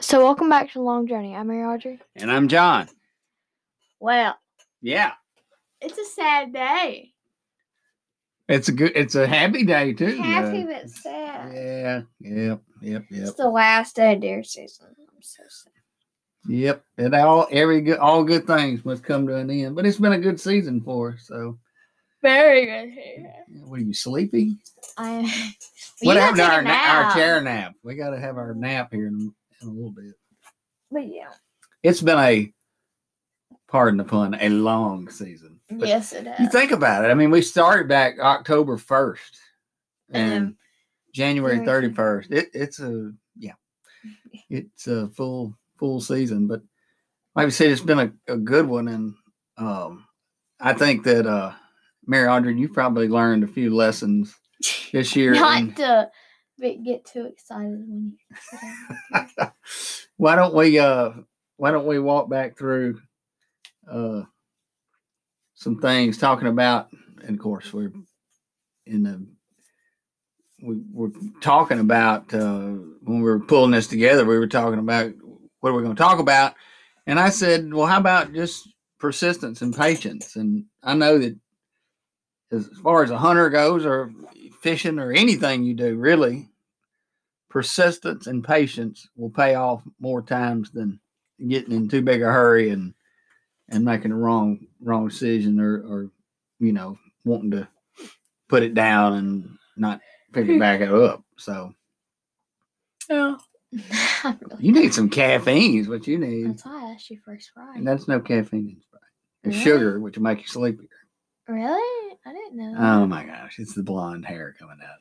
So welcome back to Long Journey. I'm Mary Audrey. And I'm John. Well, Yeah. it's a sad day. It's a good it's a happy day too. Happy though. but sad. Yeah. Yep. Yep. Yep. It's the last day of deer season. I'm so sad. Yep. It all every good all good things must come to an end. But it's been a good season for us. So Very good hair. what are you sleepy? I. Well, you what gotta happened to take a our na- our nap. chair nap? We gotta have our nap here in, in a little bit. But yeah. It's been a pardon the pun, a long season. But yes, it you is. think about it. I mean, we started back October first and Um, January January thirty first. It, it's a yeah, it's a full full season. But like I said, it's been a, a good one, and um, I think that uh, Mary Audrey, you probably learned a few lessons this year. Not and- to be- get too excited when you. why don't we uh why don't we walk back through uh some things talking about and of course we're in the we were talking about uh when we were pulling this together we were talking about what are we going to talk about and i said well how about just persistence and patience and i know that as far as a hunter goes or fishing or anything you do really persistence and patience will pay off more times than getting in too big a hurry and and making a wrong wrong decision or or you know wanting to put it down and not pick it back up. So Oh. you need some caffeine is what you need. That's why I asked you first, right? And that's no caffeine in Sprite. It's Really? sugar, which will make you sleepier. Really? I didn't know. that. Oh my gosh, it's the blonde hair coming out.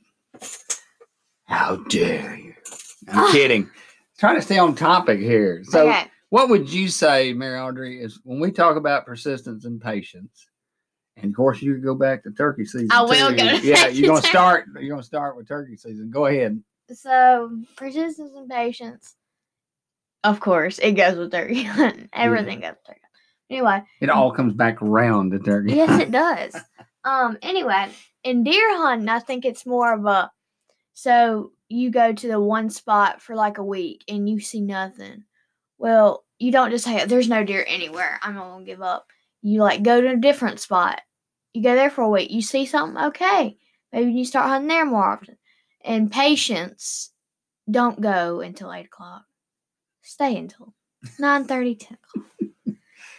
How dare you? I'm kidding. Trying to stay on topic here. So Ah. okay. What would you say, Mary Audrey, is when we talk about persistence and patience? And of course, you go back to turkey season. I will too. go to Yeah, turkey you're gonna season. start. You're gonna start with turkey season. Go ahead. So persistence and patience. Of course, it goes with turkey hunting. Everything goes with turkey. hunting. Anyway, It all comes back around to turkey. yes, it does. Um. Anyway, in deer hunting, I think it's more of a so you go to the one spot for like a week and you see nothing. Well, you don't just say there's no deer anywhere. I'm not gonna give up. You like go to a different spot. You go there for a week. You see something, okay. Maybe you start hunting there more often. And patience, don't go until eight o'clock. Stay until nine thirty, ten o'clock.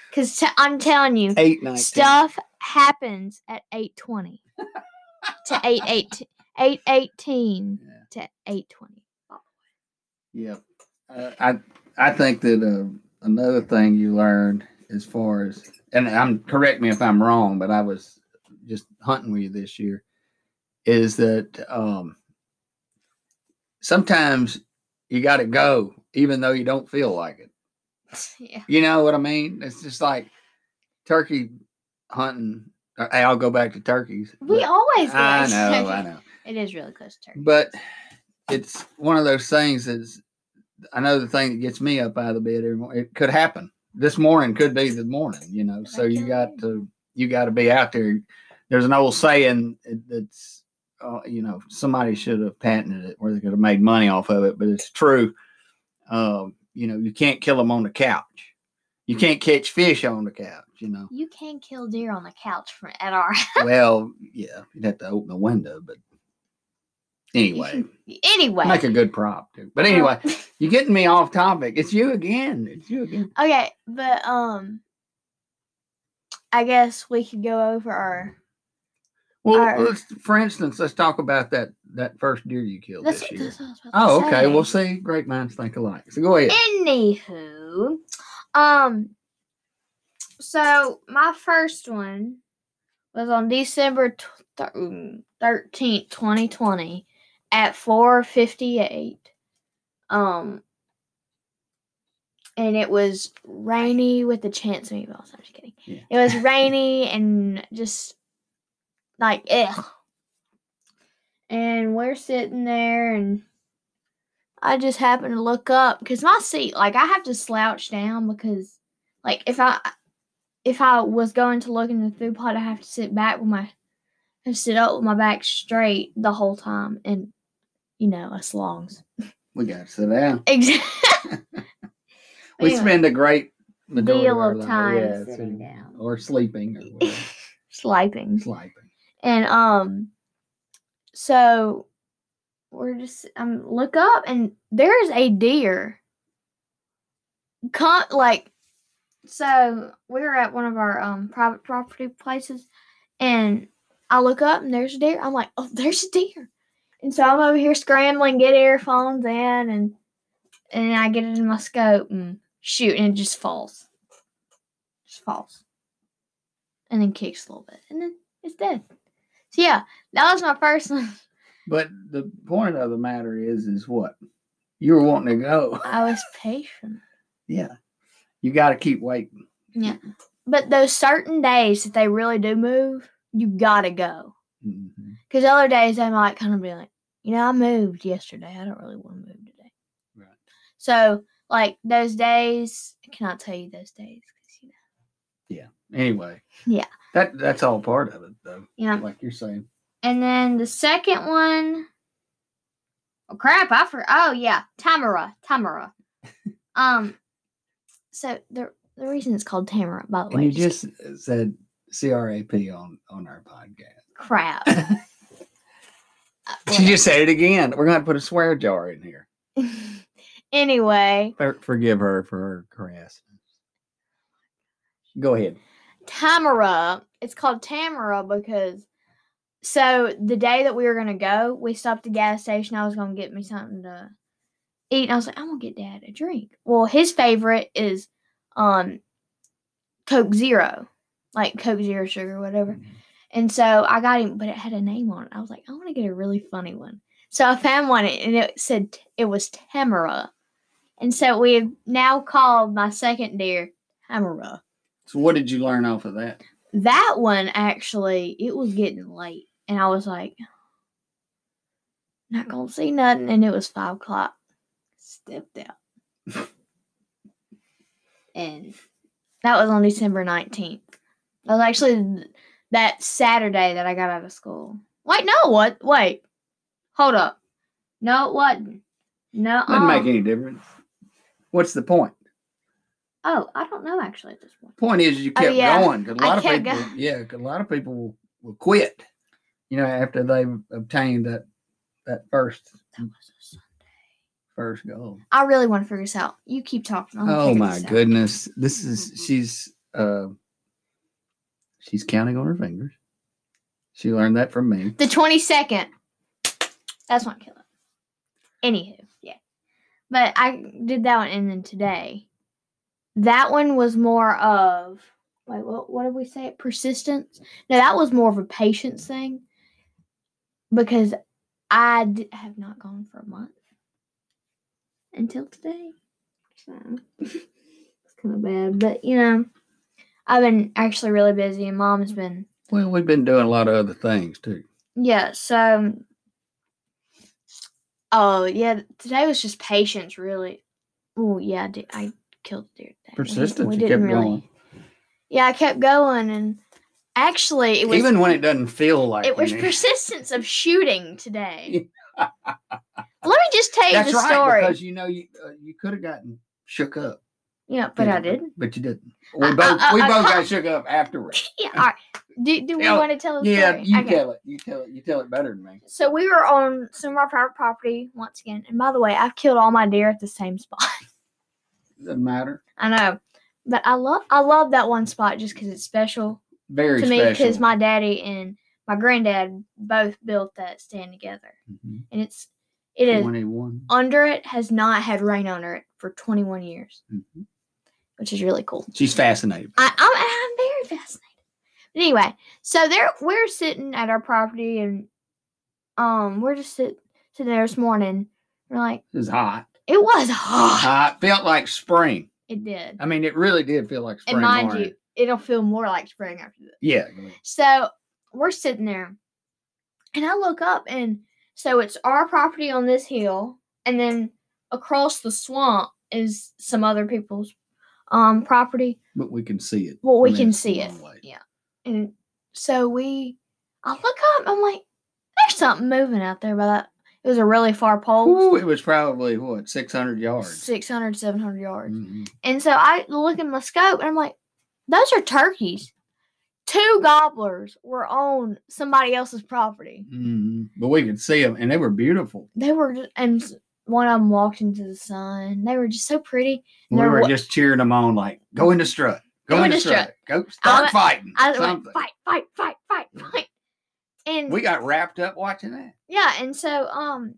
Because t- I'm telling you, Eight nights. stuff happens at 8.20 to 8.18 8.18 Yeah. to 8.20 Yeah, uh, I I think that uh, another thing you learned as far as and I'm correct me if I'm wrong, but I was just hunting with you this year is that um, sometimes you got to go even though you don't feel like it. yeah You know what I mean? It's just like turkey hunting. uh, Hey, I'll go back to turkeys. we but- always go I back to know, turkey. I know it is really close to turkey but it's one of those things that's I know the thing that gets me up out of the bed every morning. It could happen. This morning could be the morning, you know. So you got to you got to be out there. There's an old saying that's uh, you know somebody should have patented it where they could have made money off of it, but it's true. Um, you know, you can't kill them on the couch. You can't catch fish on the couch. You know. you can kill deer on the couch from at our well, yeah, you'd have to open the window, but anyway. anyway Make a good prop too. But anyway, you're getting me off topic. It's you again. It's you again. okay but um i guess we could go over our Well, Alright. let's, for instance, let's talk about that that first deer you killed that's, this year. that's what I was about oh, to okay. say. We'll see. Great minds think alike. So go ahead. Anywho, um, so my first one was on December mm, thirteenth, twenty twenty, at four fifty eight. Um, and it was rainy with the chance of meatballs. I'm just kidding. Yeah. It was rainy and just like ugh. And we're sitting there and. I just happened to look up because my seat, like I have to slouch down because, like, if I if I was going to look in the food plot, I have to sit back with my I have to sit up with my back straight the whole time, and you know us longs. We got to sit down. Ex- We Anyway. spend a great majority Deal of, our of life- time yeah, sitting sitting- down. or sleeping or whatever. Sliping. sleeping. And um so we're just um look up and there's a deer. Con like so we were at one of our um private property places and I look up and there's a deer. I'm like, oh there's a deer. And so I'm over here scrambling, get earphones in and and I get it in my scope and shoot and it just falls. Just falls. And then kicks a little bit. And then it's dead. So yeah, that was my first one. But the point of the matter is, is what you were wanting to go. I was patient. Yeah, you got to keep waiting. But those certain days that they really do move, you gotta go. Mhm. Because other days they might kind of be like, you know, I moved yesterday. I don't really want to move today. Right. So like those days, I cannot tell you those days. 'cause, you know, Anyway. Yeah. Um, That that's all part of it, though. you know, Like you're saying. And then the second one, oh crap! I for oh yeah, Tamara, Tamara. um, so the the reason it's called Tamara, by the And way, you just just said CRAP on on our podcast. crap. Uh, She just said it again. We're gonna have to put a swear jar in here. whatever. anyway, For- Forgive her for her harassment. Go ahead. Tamara. It's called Tamara because so the day that we were gonna go, we stopped at the gas station. I was gonna get me something to eat. And I was like, I'm gonna get Dad a drink. Well, his favorite is um Coke Zero, like Coke Zero sugar, whatever. And so I got him, but it had a name on it. I was like, I want to get a really funny one. So I found one and it said t- it was Tamara. And so we have now called my second deer Tamara. So what did you learn off of that? That one actually, it was getting late, and I was like, not gonna see nothing, and it was five o'clock. Stepped out, and that was on December nineteenth. That was actually th- that Saturday that I got out of school. Wait, no, what? Wait, hold up. No, it wasn't. No, Doesn't make um, any difference. What's the point? oh, I don't know actually at this point. point is you Oh, kept yeah. going. 'cause A I lot of kept people, go- yeah, 'cause a lot of people will, will quit. You know, after they've obtained that that first That was a Sunday. first goal. I really want to figure this out. You keep talking. I'm gonna Oh figure my this out. goodness, this Mm-hmm. is she's uh she's counting on her fingers. She learned that from me. The twenty second. That's not killer. Anywho, yeah. But I did that one and then today. That one was more of wait, what what did we say? Persistence? No, that was more of a patience thing. Because I d- have not gone for a month until today. So it's kind of bad. But you know, I've been actually really busy and mom's been Well, we've been doing a lot of other things too. yeah, so oh yeah, today was just patience really. Oh yeah, I, did, I killed the deer. today. We- Persistence. We you didn't kept really. going, Yeah, I kept going, and actually, it was even when it doesn't feel like it was any- persistence of shooting today. Let me just tell you That's the right, story. because you know you uh, you could have gotten shook up. yeah, but I didn't. But you didn't. I- We I- both I- we I both got can't- shook up afterwards. Yeah, all right. Do, do we Tell- want to tell the Yeah, story? you Okay. tell it. You tell it. You tell it better than me. So we were on some of our private property once again, and by the way, I've killed all my deer at the same spot. Doesn't matter. I know, but I love I love that one spot just because it's special Very to me special. because my daddy and my granddad both built that stand together, Mhm. and it's it is Twenty-one. under it has not had rain under it for 21 years, Mhm. which is really cool. She's fascinated. I, I'm I'm very fascinated. But anyway, so there we're sitting at our property and um we're just sit, sitting there this morning. We're like It was hot. it was hot. Hot. Felt like spring. It did, I mean, it really did feel like spring. and mind morning. you, it'll feel more like spring after this. Yeah. go ahead. So we're sitting there, and I look up, and so it's our property on this hill, and then across the swamp is some other people's um property. But we can see it. Well, I we mean, can it's a see it, long way. yeah. And so we, I look up, I'm like, there's something moving out there by that. It was a really far pole, Ooh, it was probably what six hundred yards. 600, 700 yards. Mhm. And so I look in my scope and I'm like, those are turkeys. Two gobblers were on somebody else's property. Mhm. But we could see them, and they were beautiful. They were, just, and s- one of them walked into the sun. They were just so pretty. We They're were wa- just cheering them on, like go into strut, go, into strut, go start went- fighting. I was like, something. fight, fight, fight, fight, fight. And We got wrapped up watching that. yeah, and so um,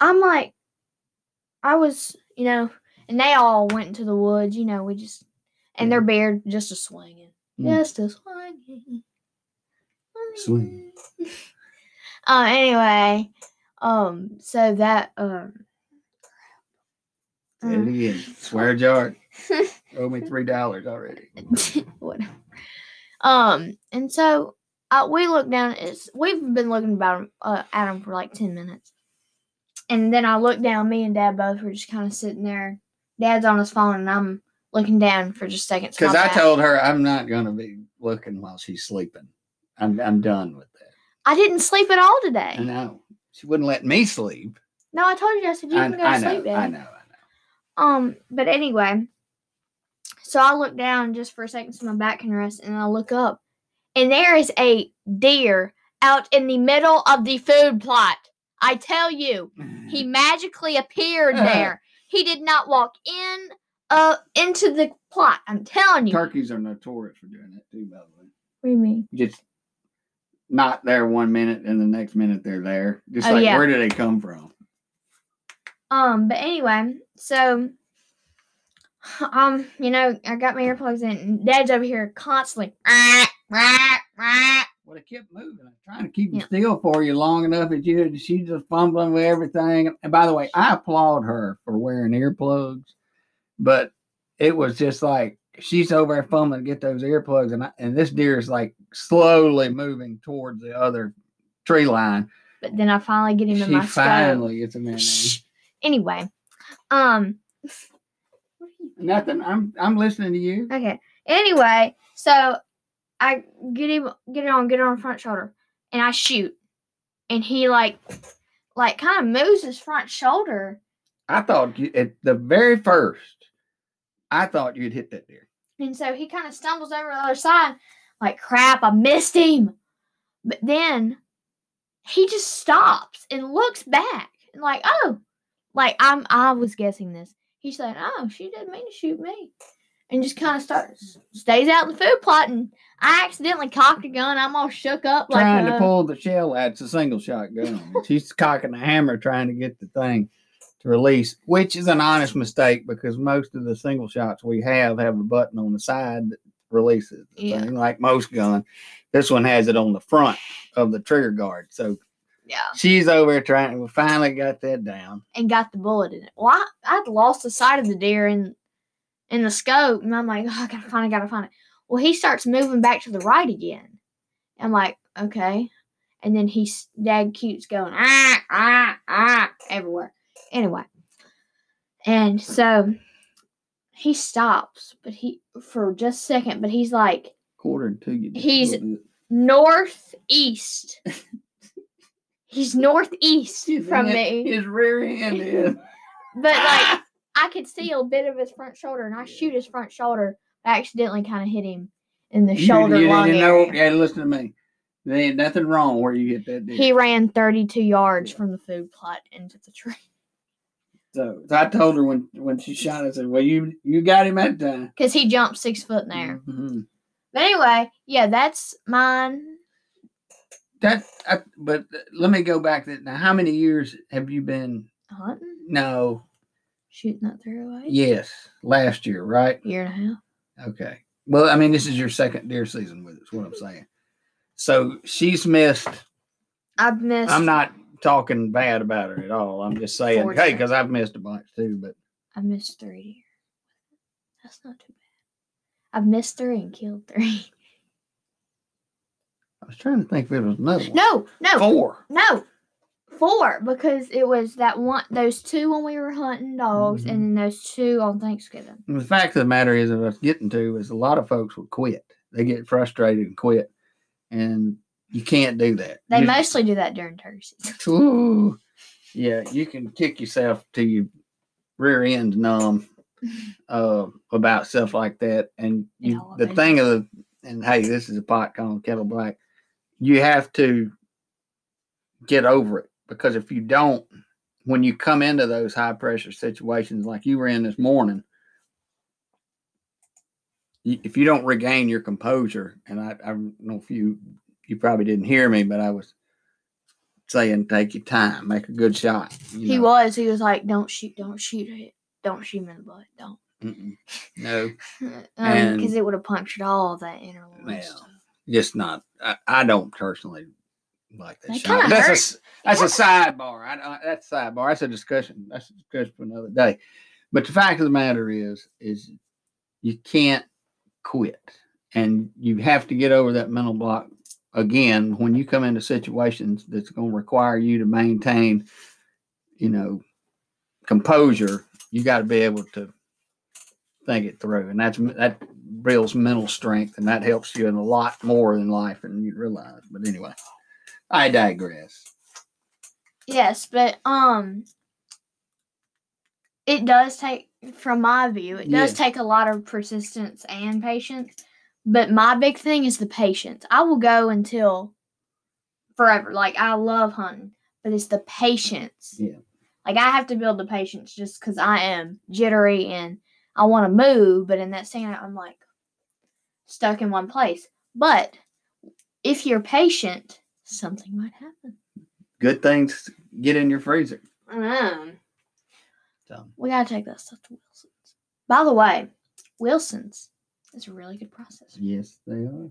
I'm like, I was, you know, and they all went into the woods. You know, we just and their beard just a swinging, Mm. just a swinging, Swing. Um. Anyway, um. So that um. Say Mm. it again. Swear jar. Owe me three dollars already. whatever. Um, and so uh, we look down. It's we've been looking about 'em, uh, at him for like ten minutes, and then I look down. Me and Dad both were just kind of sitting there. Dad's on his phone, and I'm looking down for just seconds. Because I told her I'm not gonna be looking while she's sleeping. I'm I'm done with that. I didn't sleep at all today. I know she wouldn't let me sleep. No, I told you. I said you I, can go I to know. sleep, Dad. I know. I know. Um, but anyway, so I look down just for a second so my back can rest, and I look up, and there is a deer out in the middle of the food plot. I tell you, he magically appeared there. He did not walk in, uh, into the plot. I'm telling you. Turkeys are notorious for doing that too, by the way. What do you mean? Just not there one minute and the next minute they're there. Just Oh, like yeah. where did they come from? Um, but anyway, so um, you know, I got my earplugs in, and Dad's over here constantly. Well, they kept moving. I'm trying to keep them Yeah. still for you long enough that you had. She's just fumbling with everything. And by the way, I applaud her for wearing earplugs, but it was just like she's over there fumbling to get those earplugs, and I, and this deer is like slowly moving towards the other tree line. But then I finally get him in She my scope. finally gets him in there. anyway, um, Nothing. I'm I'm listening to you. okay. Anyway, so I get him, get it on, get it on front shoulder, and I shoot, and he like, like kind of moves his front shoulder. I thought you, at the very first, I thought you'd hit that deer. And so he kind of stumbles over to the other side, like, crap, I missed him. But then he just stops and looks back, and like, oh, like I'm, I was guessing this. He's like, oh, she didn't mean to shoot me, and just kind of starts stays out in the food plot. And I accidentally cocked a gun. I'm all shook up, like, trying to uh, pull the shell out. It's a single shot gun. And She's cocking a hammer trying to get the thing to release, which is an honest mistake because most of the single shots we have have a button on the side that releases the Yeah. thing, like most gun. This one has it on the front of the trigger guard. So yeah, she's over there trying. We finally got that down. and got the bullet in it. Well, I, I'd lost the sight of the deer in in the scope, and I'm like, oh, I gotta find it, gotta find it. Well, he starts moving back to the right again. I'm like, okay. And then he's dad keeps going ah ah ah everywhere. Anyway, and so he stops, but he for just a second, but he's like Quarter to you. just a He's- little bit. northeast. he's northeast His from e hand- me, His rear end is. but like I could see a bit of his front shoulder, and I shoot his front shoulder. I accidentally kind of hit him in the You- shoulder you lung didn't know. area. Yeah, listen to me. There ain't nothing wrong where you hit that deer. He ran 32 yards from the food plot into the tree So, so I told her when when she shot, I said, "Well, you you got him at the time." because he jumped six foot in the air. Mhm. But anyway, yeah, that's mine. That, I, but let me go back. That now, how many years have you been? Hunting, No, shooting that through away. yes, last year, right? Year and a half. Okay. Well, I mean, this is your second deer season with us. What I'm saying. So she's missed. I've missed. I'm not talking bad about her at all. I'm just saying, For hey, sure. because I've missed a bunch too. But I missed three deer. That's not too bad. I've missed three and killed three. I was trying to think if it was another one. No, no, Four. No, four because it was that one, those two when we were hunting dogs, Mhm. and then those two on Thanksgiving. And the fact of the matter is, that I was getting to is a lot of folks would quit. They get frustrated and quit, and You can't do that. They You- mostly do that during turkey season. Ooh. Yeah, you can kick yourself to your rear end numb uh, about stuff like that. And It you, all the depends. thing of the, and hey, this is a pot calling kettle black. You have to get over it because if you don't, when you come into those high pressure situations like you were in this morning, you- if you don't regain your composure, and I, I don't know if you you probably didn't hear me, but I was saying take your time, make a good shot. you He know. was. He was like, "Don't shoot! Don't shoot it! Don't shoot him in the butt! Don't!" Mm-mm. No, Because And- it would have punctured all that inner loin Well, stuff. just not. I, I don't personally like that They shot. kinda That's a hurt. s- that's a sidebar. I, I, that's a sidebar. That's a discussion. That's a discussion for another day. But the fact of the matter is, is you can't quit, and you have to get over that mental block again when you come into situations that's going to require you to maintain, you know, composure. You got to be able to think it through, and that's that builds mental strength, and that helps you in a lot more in life than you realize. But anyway, I digress. Yes, but um, it does take, from my view, it does take a lot of persistence and patience. But my big thing is the patience. I will go until forever. Like I love hunting, but it's the patience. Yeah. Like I have to build the patience just because I am jittery and I want to move, but in that stand, I'm like stuck in one place. But if you're patient, something might happen. Good things get in your freezer. I know. So We gotta take that stuff to Wilson's. By the way, Wilson's is a really good processor, yes, they are.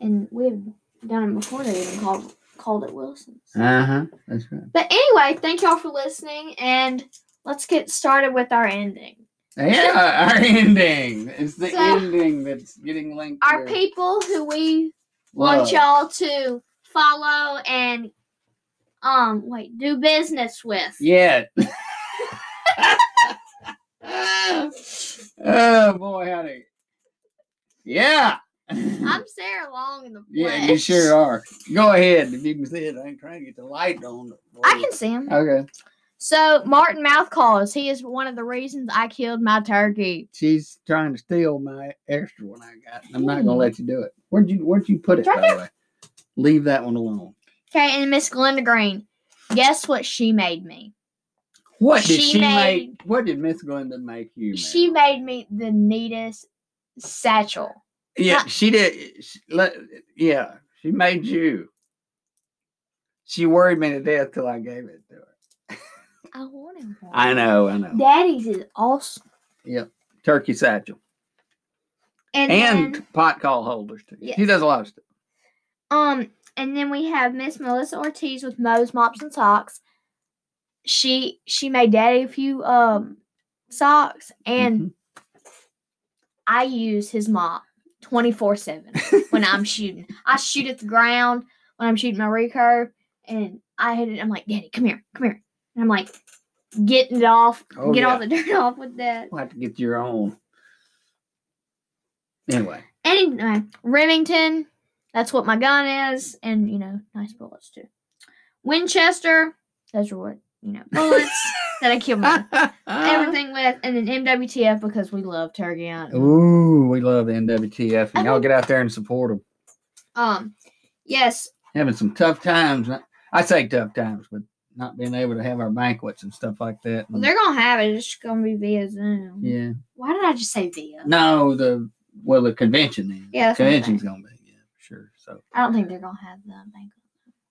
and we've done it before. They even called called it Wilson's. Uh huh. That's right. But anyway, thank y'all for listening, and let's get started with our ending. Yeah, our ending. It's the So- ending that's getting linked. Our to people who we love. want y'all to follow and um wait do business with. Yeah. oh boy, howdy. Yeah. I'm Sarah Long in the flesh. Yeah, you sure are. Go ahead if you can see it. I ain't trying to get the light on. I can see him. Okay, So Martin Mouth calls. He is one of the reasons I killed my turkey. she's trying to steal my extra one I got. and I'm not Hmm. gonna let you do it. Where'd you Where'd you put it? Right by the way? Leave that one alone. Okay, and Miss Glenda Green, guess what she made me? What did She she, make? made- What did Miss Glenda make you? man? She made me the neatest satchel. yeah, she did. She, let, yeah, she made you. She worried me to death till I gave it to her. I wanted one. I know, I know. Daddy's is awesome. Turkey satchel And, and then, pot call holders too. Yes. She does a lot of stuff. um, and then we have Miss Melissa Ortiz with Moe's Mops and Socks. She she made Daddy a few um socks, and Mhm. I use his mop twenty four seven when I'm shooting. I shoot at the ground when I'm shooting my recurve, and I hit it. I'm like, Daddy, come here, come here, and I'm like, getting it off, Oh, get yeah. all the dirt off with that. We'll have to get your own. Anyway, Anyway, Remington, that's what my gun is, and you know, nice bullets too. Winchester, those are what you know, bullets that I kill my Uh-huh. everything with, and then MWTF because we love turkey hunting. Ooh, we love the NWTF, I and y'all mean- get out there and support them. Um, yes, Having some tough times. I- I say tough times, but not being able to have our banquets and stuff like that. well, they're gonna have it. It's just gonna be via Zoom. yeah, Why did I just say via? no, the well, the convention then. Yeah, that's what I'm convention's gonna be yeah, for sure. So I don't think they're gonna have the banquet.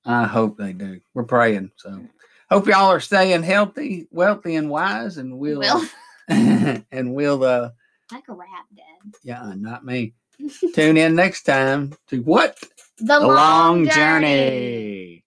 I hope they do. We're praying. So hope y'all are staying healthy, wealthy, and wise, and we'll, Well, and we'll uh like a rap, Dad. yeah, uh, not me. Tune in next time to what The, the long, journey.